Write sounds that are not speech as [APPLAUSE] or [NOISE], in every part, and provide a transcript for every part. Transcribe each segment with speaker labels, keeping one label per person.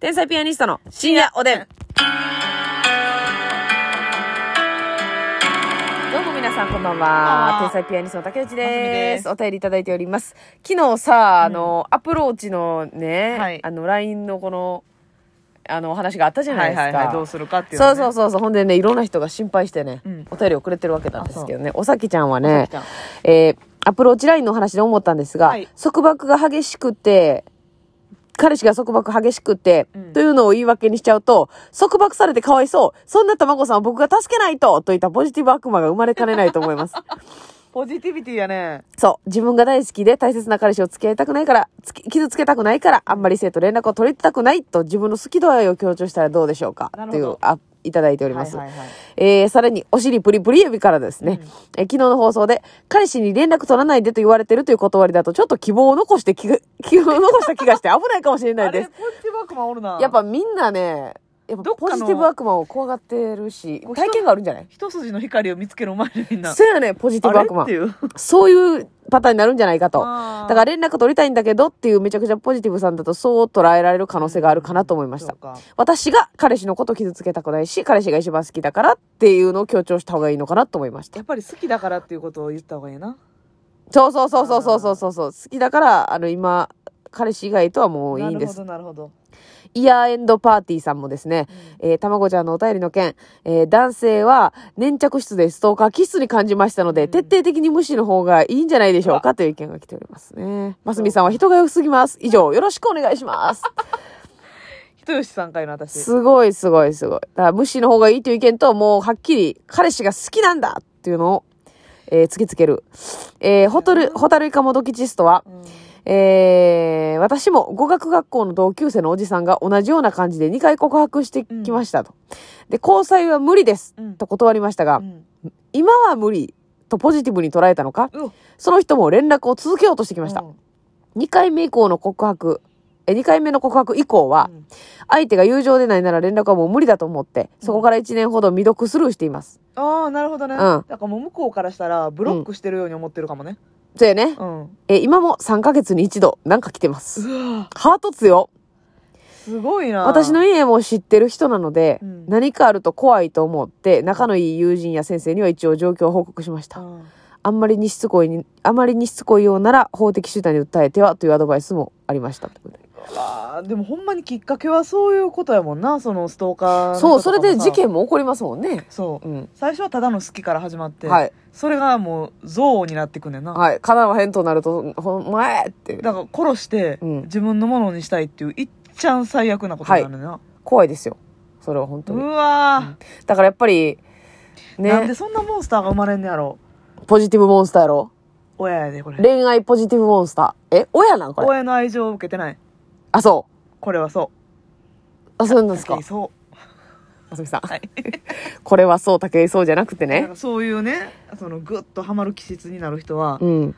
Speaker 1: 天才ピアニストの深夜おでん。どうも皆さんこんばんは。
Speaker 2: こんばんは
Speaker 1: 天才ピアニストの竹内
Speaker 2: ますみ
Speaker 1: で。
Speaker 2: ですす
Speaker 1: お便りいただいております。昨日さ、あの、アプローチのね、
Speaker 2: はい
Speaker 1: あの、LINE のこの、あの、お話があったじゃないですか。
Speaker 2: はいはいはいどうするかっていうの
Speaker 1: そ
Speaker 2: ね
Speaker 1: うそうそうそう。ほんでね、いろんな人が心配してね、
Speaker 2: うん
Speaker 1: お便りをくれてるわけなんですけどね。おさきちゃんは
Speaker 2: お
Speaker 1: ね
Speaker 2: さきちゃん、
Speaker 1: えーアプローチラインのお話で思ったんですが、
Speaker 2: はい
Speaker 1: 束縛が激しくて、彼氏が束縛激しくて、
Speaker 2: うん
Speaker 1: というのを言い訳にしちゃうと、束縛されてかわいそう。そんな卵さんを僕が助けないとといったポジティブ悪魔が生まれかねないと思い
Speaker 2: [LAUGHS]
Speaker 1: ます。
Speaker 2: ポジティビティやね。
Speaker 1: そう。自分が大好きで大切な彼氏を付き合いたくないから、つき傷つけたくないから、あんまり生と連絡を取りたくないと自分の好き度合いを強調したらどうでしょうか
Speaker 2: なる
Speaker 1: と
Speaker 2: ほ
Speaker 1: い
Speaker 2: ど
Speaker 1: う、あ、いただいております。
Speaker 2: はいはいはい
Speaker 1: えーさらに、お尻プリプリ指からですね、えー昨日の放送で、彼氏に連絡取らないでと言われてるという断りだと、ちょっと希望を残して気
Speaker 2: [LAUGHS]
Speaker 1: が、希望を残した気がして危ないかもしれな
Speaker 2: あ
Speaker 1: いで
Speaker 2: れ、
Speaker 1: す
Speaker 2: ポ。ジティブ悪魔おるな。
Speaker 1: やっ、ぱみんなね、やっぱ
Speaker 2: どっか
Speaker 1: ポ
Speaker 2: の
Speaker 1: ジティブ悪魔を怖がってるし
Speaker 2: こう、人
Speaker 1: 体験があるんじゃない
Speaker 2: 一筋の光を見つけるお前らみんな。
Speaker 1: そうやね、ポジティブ
Speaker 2: あれ
Speaker 1: 悪魔
Speaker 2: って。いう。
Speaker 1: そういうパターンになるんじゃないかと。
Speaker 2: あー
Speaker 1: だから連絡取りたいんだけどっていうめちゃくちゃポジティブさんだとそう捉えられる可能性があるかなと思いまし
Speaker 2: そ
Speaker 1: た
Speaker 2: う。か
Speaker 1: 私が彼氏のこと傷つけたくないし、彼氏が一番好きだからっていうのを強調した方がいいのかなと思いました
Speaker 2: や。っぱり好きだからっていうことを言った方がいいな。
Speaker 1: そうそうそうそうそうそうそうそう。好きだから、あの今、彼氏以外とはもういいんです。
Speaker 2: なるほど、
Speaker 1: イヤーエンドパーティーさんもですね、
Speaker 2: なるほど。
Speaker 1: えー、たまごちゃんのお便りの件、えー男性は粘着質でストーカー気質に感じましたので、
Speaker 2: うん
Speaker 1: 徹底的に無視の方がいいんじゃないでしょうかという意見が来ておりますね。ますみさんは人が良すぎます。以上、よろしくお願いします。
Speaker 2: 人吉さんかいの私。
Speaker 1: すごいすごいすごい。だから無視の方がいいという意見と、もうはっきり彼氏が好きなんだっていうのを、えー突きつける。えー、ホトル、ホタルイカモドキチストは、
Speaker 2: うん
Speaker 1: えー私も語学学校の同級生のおじさんが同じような感じで2回告白してきましたと。で、交際は無理です
Speaker 2: うん
Speaker 1: と断りましたが、
Speaker 2: うん
Speaker 1: 今は無理とポジティブに捉えたのか、
Speaker 2: うん
Speaker 1: その人も連絡を続けようとしてきました。
Speaker 2: うん
Speaker 1: 2回目以降の告白、え、2回目の告白以降は
Speaker 2: う、ん
Speaker 1: 相手が友情でないなら連絡はもう無理だと思って、そこから1年ほど未読スルーしています。
Speaker 2: ああ、なるほどね。
Speaker 1: ん
Speaker 2: だからもう向こうからしたら、ブロックしてるように思ってるかもね。
Speaker 1: そうやね。
Speaker 2: うん。
Speaker 1: え、今も3ヶ月に一度、なんか来てます。
Speaker 2: うわ
Speaker 1: ハート強。
Speaker 2: すごいな。
Speaker 1: 私の家も知ってる人なので、
Speaker 2: うん
Speaker 1: 何かあると怖いと思って仲のいい友人や先生には一応状況を報告しまし
Speaker 2: う
Speaker 1: た
Speaker 2: ん
Speaker 1: あんまりにしつこいにあまりにしつこいようなら法的手段に訴えてはというアドバイスもありましたということで
Speaker 2: うわあでもほんまにきっかけはそういうことやもんな、そのストーカーの人とか
Speaker 1: そ
Speaker 2: も
Speaker 1: う
Speaker 2: さ
Speaker 1: それで事。件も起こりますもんね
Speaker 2: そう。
Speaker 1: うん
Speaker 2: 最初はただの好きから始まって、
Speaker 1: はい
Speaker 2: それがもう憎悪になってくんねんな。
Speaker 1: はい叶わへんとなるとほんまえって
Speaker 2: だから殺して、
Speaker 1: うん
Speaker 2: 自分のものにしたいっていう、いっちゃん最悪なことになるねんな。
Speaker 1: 怖いですよそれは本当
Speaker 2: う
Speaker 1: に
Speaker 2: わ
Speaker 1: だからやっぱり
Speaker 2: ー、なん
Speaker 1: ね
Speaker 2: でそんなモンスターが生まれんねやろ。
Speaker 1: ポジティブモンスターやろ
Speaker 2: 親やで、これ。
Speaker 1: 恋愛ポジティブモンスターえ親なんこれ
Speaker 2: 親の愛情を受けてない。
Speaker 1: あそう
Speaker 2: これはそ
Speaker 1: あそうなん
Speaker 2: う。
Speaker 1: ですか
Speaker 2: そ
Speaker 1: あさみさん
Speaker 2: う。はい。
Speaker 1: [LAUGHS] これはそう竹井そうじゃなくて
Speaker 2: だか
Speaker 1: ね
Speaker 2: らそういうね、そのグッとハマる気質になる人は、
Speaker 1: うん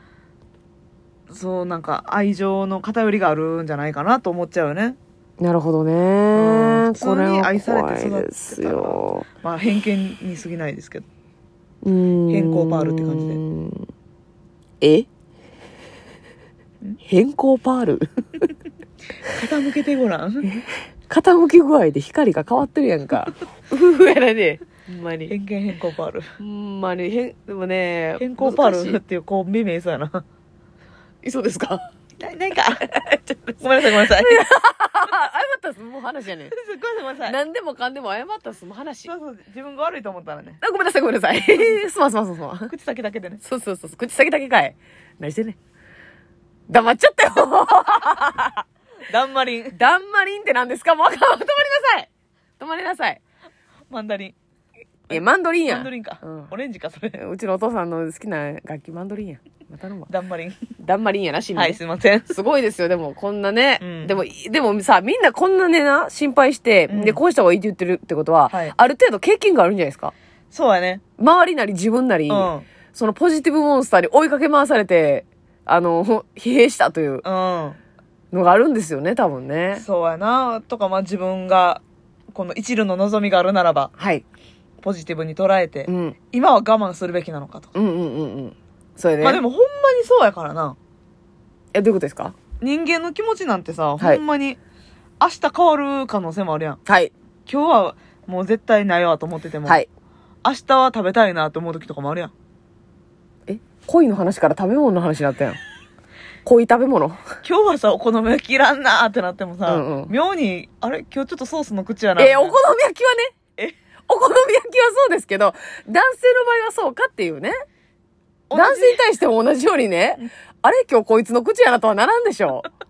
Speaker 2: そうなんか愛情の偏りがあるんじゃないかなと思っちゃうよね。
Speaker 1: なるほどね、
Speaker 2: ん普通に
Speaker 1: これは
Speaker 2: 愛されて
Speaker 1: 怖いですよ
Speaker 2: まあ偏見に過ぎないですけど。
Speaker 1: 変
Speaker 2: 変更パールって感じで
Speaker 1: え変更パール [LAUGHS]
Speaker 2: 傾けてごらん。
Speaker 1: 傾き具合で光が変わってるやん
Speaker 2: [LAUGHS]
Speaker 1: かうふふやらねほんまに
Speaker 2: 偏見変更パール。
Speaker 1: ほんまに変でもね
Speaker 2: 変更パ
Speaker 1: 難
Speaker 2: ー
Speaker 1: し
Speaker 2: ルっていうコンビ名そうや [LAUGHS] な。
Speaker 1: いそうですか
Speaker 2: ななんか。
Speaker 1: [LAUGHS]
Speaker 2: ごめんなさいごめんなさい。
Speaker 1: 謝ったらすもう話やねん
Speaker 2: ごめんなさいごめんなさ
Speaker 1: [LAUGHS]
Speaker 2: い。
Speaker 1: 何でもかんでも謝ったらすもう話
Speaker 2: そうそう、自分が悪いと思ったらね。
Speaker 1: あごめんなさいごめんなさ
Speaker 2: [LAUGHS]
Speaker 1: いすまんすまんすまんすまん
Speaker 2: 口先だけでね。
Speaker 1: そうそうそう口先だけかい何してんねん黙っちゃったよ [LAUGHS]
Speaker 2: ダンマリン。
Speaker 1: だんまりんって何ですかもうあかん止まりなさい止まりなさい。
Speaker 2: マンダリン。
Speaker 1: え、マンドリンや
Speaker 2: マン
Speaker 1: ん
Speaker 2: ド。リンか
Speaker 1: うん。
Speaker 2: オレンジか、それ。
Speaker 1: うちのお父さんの好きな楽器マンドリンやん。またのも。
Speaker 2: ダンマリン。
Speaker 1: だんまりんやな、しん
Speaker 2: はい、すいません。
Speaker 1: すごいですよ、でも、こんなね。
Speaker 2: うん
Speaker 1: でも、いでもさ、みんなこんなねな、心配して、
Speaker 2: うん
Speaker 1: で、こうした方がいいって言ってるってことは、
Speaker 2: はい
Speaker 1: ある程度経験があるんじゃないですか
Speaker 2: そうやね。
Speaker 1: 周りなり自分なり、
Speaker 2: うん。
Speaker 1: そのポジティブモンスターに追いかけ回されて、あの、疲弊したという
Speaker 2: うん。
Speaker 1: のがあるんですよね、多分ね。
Speaker 2: そうやなとかまあ自分がこの一縷の望みがあるならば
Speaker 1: はい。
Speaker 2: ポジティブに捉えて、
Speaker 1: うん。うん
Speaker 2: 今は我慢するべきなのかとか、
Speaker 1: うんうんうん。それね。
Speaker 2: まあでもほんまにそうやからな
Speaker 1: え、どういうことですか
Speaker 2: 人間の気持ちなんてさ、
Speaker 1: はい
Speaker 2: ほんまに明日変わる可能性もあるやん。
Speaker 1: はい。
Speaker 2: 今日はもう絶対ないわと思ってても、
Speaker 1: はい。
Speaker 2: 明日は食べたいなと思う時とかもあ
Speaker 1: [LAUGHS]
Speaker 2: るやん。
Speaker 1: え恋の話から食べ物の話になったやん。恋食べ物
Speaker 2: 今日はさ、お好み焼きいらんなーってなってもさ、
Speaker 1: うんうん
Speaker 2: 妙に、あれ今日ちょっとソースの口やな。
Speaker 1: えーお好み焼きはね。
Speaker 2: え
Speaker 1: お好み焼きはそうですけど、男性の場合はそうかっていうね。
Speaker 2: 同じ
Speaker 1: 男性に対しても同じようにね、あれ今日こいつの口やなとはならんでし
Speaker 2: [LAUGHS]
Speaker 1: ょう。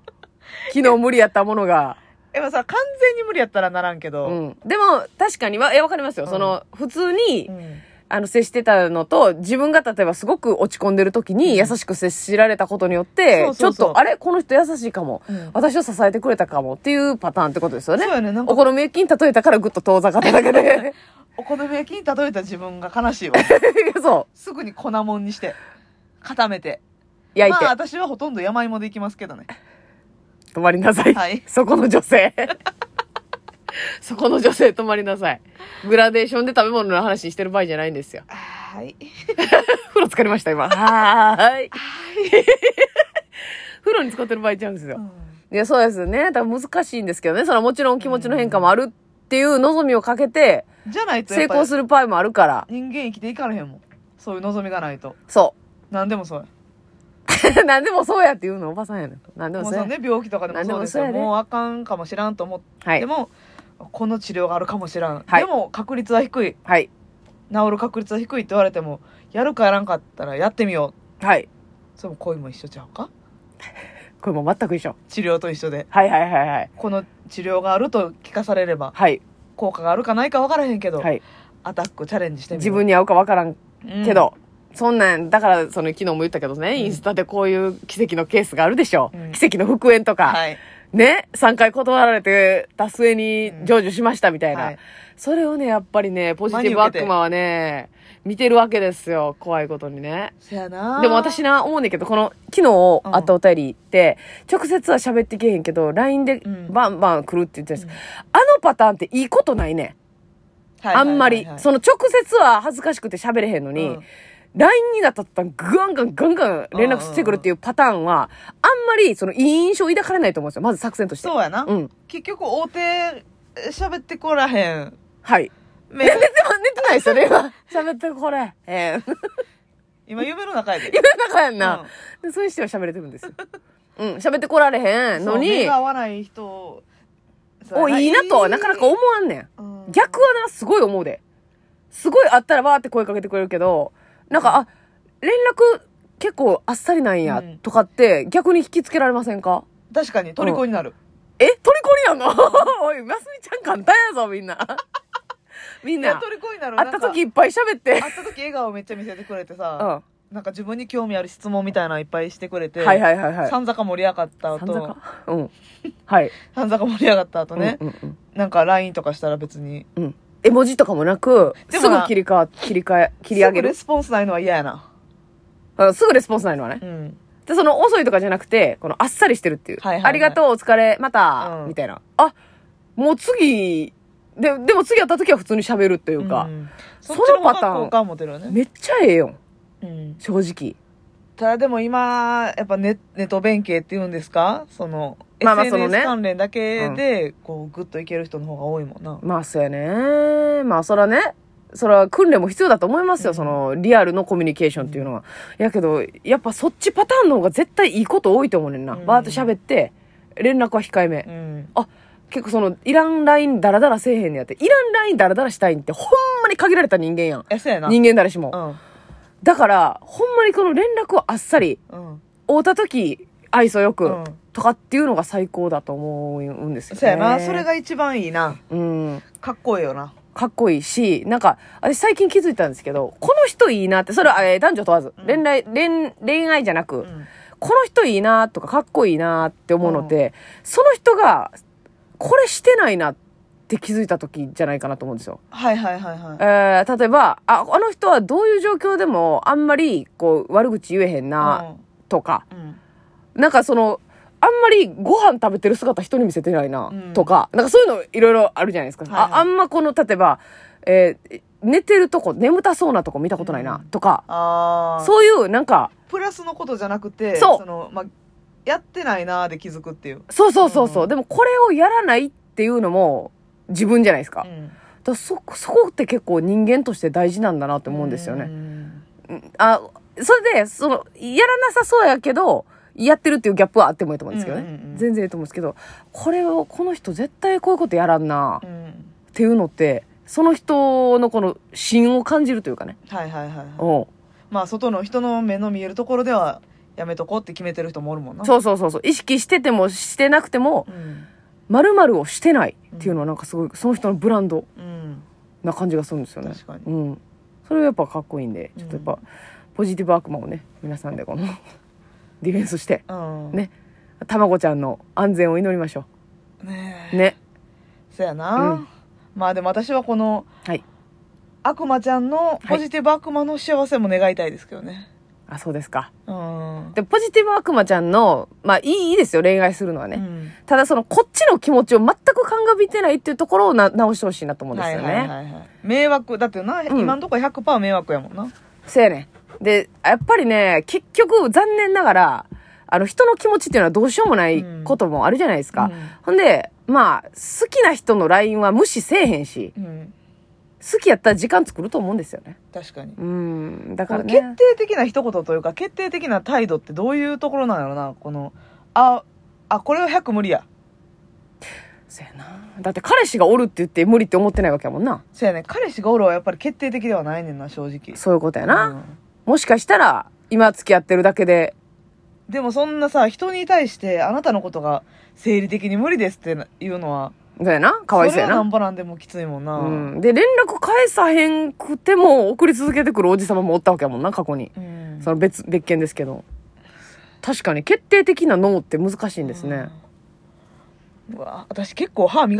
Speaker 1: 昨日無理やったものが。
Speaker 2: え、まあさ、完全に無理やったらならんけど、
Speaker 1: うん。でも、確かには、え、わかりますよ。
Speaker 2: うん
Speaker 1: その、普通に、
Speaker 2: うん
Speaker 1: あの、接してたのと、自分が例えばすごく落ち込んでる時に優しく接しられたことによって、
Speaker 2: そうそう
Speaker 1: ち
Speaker 2: そう
Speaker 1: ょっと、あれこの人優しいかも。
Speaker 2: うん
Speaker 1: 私を支えてくれたかもっていうパターンってことですよね
Speaker 2: そう。やね、なん
Speaker 1: お
Speaker 2: か
Speaker 1: 好み焼きに例えたからぐっと遠ざかっただけで。
Speaker 2: お好み焼きに例えた自分が悲しいわ。
Speaker 1: [LAUGHS] そ
Speaker 2: すぐに粉もんにして、固めて。
Speaker 1: う。焼いて
Speaker 2: まあ、私はほとんど山芋でいきますけどね。
Speaker 1: 止まりなさい。
Speaker 2: はい
Speaker 1: そこの女性。 [LAUGHS] そこの女性止まりなさい。グラデーションで食べ物の話してる場合じゃないんですよ。
Speaker 2: はい。
Speaker 1: 風呂浸かりました、今。はーい。 [LAUGHS] 風呂に使ってる場合ちゃうんですよ。いや、そうですよね。多分難しいんですけどね。それはもちろん気持ちの変化もあるっていう望みをかけて、
Speaker 2: じゃないと
Speaker 1: 成
Speaker 2: やっぱ
Speaker 1: 功
Speaker 2: り
Speaker 1: する場合もあるから。
Speaker 2: 人間生きていかれへんもん。そういう望みがないと。
Speaker 1: そ
Speaker 2: 何でもそうや。
Speaker 1: う。 [LAUGHS] 何でもそうやって言うのおばさんやねん。何でも
Speaker 2: も
Speaker 1: そうう
Speaker 2: そ
Speaker 1: や。
Speaker 2: うね、病気とかでもそうですよ。
Speaker 1: 何でもそうやね
Speaker 2: もうあかんかもしらんと思っ
Speaker 1: は
Speaker 2: て
Speaker 1: い。
Speaker 2: も、この治療があるかもしらん。
Speaker 1: はい
Speaker 2: でも確率は低い。
Speaker 1: はい。
Speaker 2: 治る確率は低いって言われても、やるかやらんかったらやってみよう。
Speaker 1: はい。
Speaker 2: それも恋も一緒ちゃうか
Speaker 1: これもう全く一緒。
Speaker 2: 治療と一緒で。
Speaker 1: はいはいはいはい。
Speaker 2: この治療があると聞かされれば、
Speaker 1: はい。
Speaker 2: 効果があるかないか分からへんけど、
Speaker 1: はい。
Speaker 2: アタックチャレンジしてみ
Speaker 1: 自
Speaker 2: よう
Speaker 1: 分に合うか分からん
Speaker 2: うん
Speaker 1: けど、そんなん、だから、その、昨日も言ったけどね、インスタでこういう奇跡のケースがあるでしょ。
Speaker 2: うん
Speaker 1: 奇跡の復縁とか、
Speaker 2: はい。
Speaker 1: ね、3回断られて、達成に成就しましたみたいな、
Speaker 2: はい
Speaker 1: それをね、やっぱりね、ポジティブ
Speaker 2: 真に受けて
Speaker 1: 悪魔はね、見てるわけですよ。怖いことにね。
Speaker 2: せやな
Speaker 1: でも私
Speaker 2: な、
Speaker 1: な、思うねんけど、この、昨日あったお便りって、直接は喋ってけへんけど、LINE で
Speaker 2: うん
Speaker 1: バンバン来るって言ってたん
Speaker 2: う
Speaker 1: で
Speaker 2: ん
Speaker 1: す、あのパターンっていいことないね。
Speaker 2: はい
Speaker 1: あ
Speaker 2: はいはいはい
Speaker 1: んまり。その直接は恥ずかしくて喋れへんのに、
Speaker 2: うん
Speaker 1: LINE になったったらガンガンガンガン連絡してくるっていうパターンは、あんまりそのいい印象を抱かれないと思うんですよ。まず作戦として。
Speaker 2: そうやな。
Speaker 1: うん。
Speaker 2: 結局、大手、え喋ってこらへん。
Speaker 1: はい。
Speaker 2: め
Speaker 1: え、 [LAUGHS] 寝てま、寝てないですよね、今。 [LAUGHS] 喋ってこれ。ええ
Speaker 2: 今、夢の中やで。
Speaker 1: 夢の中やんな
Speaker 2: うん。
Speaker 1: でそういう人は喋れてるんですよ。 [LAUGHS] うん。喋ってこられへん
Speaker 2: そ
Speaker 1: の
Speaker 2: う目
Speaker 1: に
Speaker 2: が、合わない人を
Speaker 1: お、いいなとはなかなか思わんねん。
Speaker 2: うん
Speaker 1: 逆はな、すごい思うで。すごいあったらわーって声かけてくれるけど、なんか、あ、連絡結構あっさりなんや
Speaker 2: うん、
Speaker 1: とかって逆に引きつけられませんか、
Speaker 2: 確かに、虜になる。
Speaker 1: え虜になるの [LAUGHS] おい、ますみちゃん簡単やぞ、みんな。 [LAUGHS] みん
Speaker 2: いや
Speaker 1: な。
Speaker 2: 虜になる。
Speaker 1: 会った
Speaker 2: なん
Speaker 1: 時いっぱい喋って
Speaker 2: か。。会った時、笑顔めっちゃ見せてくれて
Speaker 1: うん。
Speaker 2: さ、
Speaker 1: は
Speaker 2: なんか自分に興味ある質問みたいなのいっぱいしてくれ
Speaker 1: い
Speaker 2: て、
Speaker 1: はいはいはい。
Speaker 2: さんざか盛り上がった
Speaker 1: 三
Speaker 2: 後、
Speaker 1: 坂うん。はい。
Speaker 2: さんざか盛り上がった後 [LAUGHS] ね、
Speaker 1: うんうんうん
Speaker 2: なんか LINE とかしたら別に、
Speaker 1: うん。絵文字とかもなく、
Speaker 2: ですもな
Speaker 1: ぐ切り替わ、切り替え、切り上げ
Speaker 2: すぐレ
Speaker 1: る。
Speaker 2: スポンスないのは嫌やな。
Speaker 1: うんすぐレスポンスないのはね
Speaker 2: う。ん。
Speaker 1: で、その遅いとかじゃなくて、このあっさりしてるっていう。
Speaker 2: はいはいはい
Speaker 1: ありがとう、お疲れ、また、
Speaker 2: うん
Speaker 1: みたいな。あ、もう次、で、でも次会った時は普通に喋るというか、
Speaker 2: ん
Speaker 1: そ
Speaker 2: そ
Speaker 1: の
Speaker 2: っちの
Speaker 1: パターン
Speaker 2: 方が好感持てるよね。
Speaker 1: めっちゃええよ、
Speaker 2: うん。
Speaker 1: 正直。
Speaker 2: ただでも今、やっぱネネット弁慶って言うんですかその、
Speaker 1: まあまあそ
Speaker 2: SNS
Speaker 1: のね
Speaker 2: 関連だけで、こう、グッといける人の方が多いもんな。
Speaker 1: まあ、そうやね。まあ、そらね、そら訓練も必要だと思いますよ、
Speaker 2: うん
Speaker 1: その、リアルのコミュニケーションっていうのは。やけど、やっぱそっちパターンの方が絶対いいこと多いと思うねんな。
Speaker 2: うん
Speaker 1: バーッと喋って、連絡は控えめ。
Speaker 2: うん。
Speaker 1: 結構その、いらん LINE ダラダラせえへんねやって、いらん LINE ダラダラしたいんって、ほんまに限られた人間やん。
Speaker 2: え、そうやな。
Speaker 1: 人間誰しも。
Speaker 2: うん。
Speaker 1: だから、ほんまにこの連絡をあっさり、
Speaker 2: うん。
Speaker 1: 会うた時、愛想よく、
Speaker 2: うん。
Speaker 1: とかっていうのが最高だと思うんですよね。
Speaker 2: そうやな。それ。が一番いいな。
Speaker 1: うん。
Speaker 2: かっこいいよな。
Speaker 1: かっこいいし、なんか、私最近気づいたんですけど、この人いいなって、それは、えー男女問わず、
Speaker 2: うん
Speaker 1: 恋愛、恋、恋愛じゃなく、
Speaker 2: うん。
Speaker 1: この人いいなとか、かっこいいなって思うのって、その人が、これしてないなって気づいた時じゃないかなと思うんですよ。
Speaker 2: はいはいはいはい。
Speaker 1: えー例えば、あ、あの人はどういう状況でも、あんまり、こう、悪口言えへんな、とか、
Speaker 2: うん。
Speaker 1: なんかその、あんまりご飯食べてる姿人に見せてないな
Speaker 2: うん、
Speaker 1: とか、なんかそういうのいろいろあるじゃないですか。
Speaker 2: はいはい
Speaker 1: ああんまこの、例えば、えー寝てるとこ、眠たそうなとこ見たことないな、
Speaker 2: うん
Speaker 1: とか、
Speaker 2: ああ。
Speaker 1: そういう、なんか、
Speaker 2: プラスのことじゃなくて、
Speaker 1: そう
Speaker 2: の、まあ、やってないなーで気づくっていう。
Speaker 1: そうそうそうそう、
Speaker 2: うん
Speaker 1: でもこれをやらないっていうのも自分じゃないですか,、
Speaker 2: う
Speaker 1: だか
Speaker 2: ん。
Speaker 1: らそそこって結構人間として大事なんだなって思うんですよね、
Speaker 2: ね。
Speaker 1: あそれでそのやらなさそうやけどやってるっていうギャップはあってもいいと思うんですけどね、
Speaker 2: うんうんうん
Speaker 1: 全然いいと思うんですけどこれをこの人絶対こういうことやらんな
Speaker 2: う
Speaker 1: っ
Speaker 2: ん。
Speaker 1: ていうのってその人のこの芯を感じるというかね、
Speaker 2: はいはいはいはい。
Speaker 1: うん
Speaker 2: まあ、外の人の目の見えるところでは、やめとこうって決めてる人もおるもんな。
Speaker 1: そうそうそうそう意識しててもしてなくても
Speaker 2: うん。
Speaker 1: 〇〇をしてないっていうのはなんかすごいその人のブランド
Speaker 2: うん。
Speaker 1: な感じがするんですよね
Speaker 2: 確かに
Speaker 1: うん、それはやっぱかっこいいんでちょっとやっぱ、
Speaker 2: うん
Speaker 1: ポジティブ悪魔をね皆さんでこのディフェンスして
Speaker 2: うん。
Speaker 1: ねたまごちゃんの安全を祈りましょ
Speaker 2: ね
Speaker 1: うね
Speaker 2: そやな、
Speaker 1: うん
Speaker 2: まあでも私はこの、
Speaker 1: はい
Speaker 2: 悪魔ちゃんの、ポジティブ悪魔の幸せも願いたいですけどね。
Speaker 1: あそうですか
Speaker 2: うん。
Speaker 1: でポジティブ悪魔ちゃんのまあいいいいですよ恋愛するのはね、
Speaker 2: うん
Speaker 1: ただそのこっちの気持ちを全く鑑みてないっていうところをな直してほしいなと思うんですよね、
Speaker 2: はいはいはいはい、迷惑だってな、
Speaker 1: ん
Speaker 2: 今のところ100%迷惑やもんな
Speaker 1: そうやねんでやっぱりね結局残念ながらあの人の気持ちっていうのはどうしようもないこともあるじゃないですか、
Speaker 2: うん
Speaker 1: ほんでまあ好きな人の LINE は無視せえへんし
Speaker 2: うん
Speaker 1: 好きやったら時間作ると思うんですよね
Speaker 2: 確かに
Speaker 1: うんだ
Speaker 2: こ
Speaker 1: から
Speaker 2: の
Speaker 1: ね
Speaker 2: 決定的な一言というか決定的な態度ってどういうところなんやろなこのああこれは100無理や
Speaker 1: そうやなだって彼氏がおるって言って無理って思ってないわけやもんな
Speaker 2: そうやね彼氏がおるはやっぱり決定的ではないねんな正直
Speaker 1: そういうことやな、もしかしたら今付き合ってるだけで
Speaker 2: うんでもそんなさ人に対してあなたのことが生理的に無理ですっていうのは
Speaker 1: そうやなかわいそうや
Speaker 2: れはな
Speaker 1: なん
Speaker 2: ぼなんでもきついもんな
Speaker 1: うん、で連絡返さへんくても送り続けてくるおじさまもおったわけやもんな過去に
Speaker 2: うん
Speaker 1: その別別件ですけど確かに決定的な脳って難しいんですね、
Speaker 2: うんうわ私結構歯磨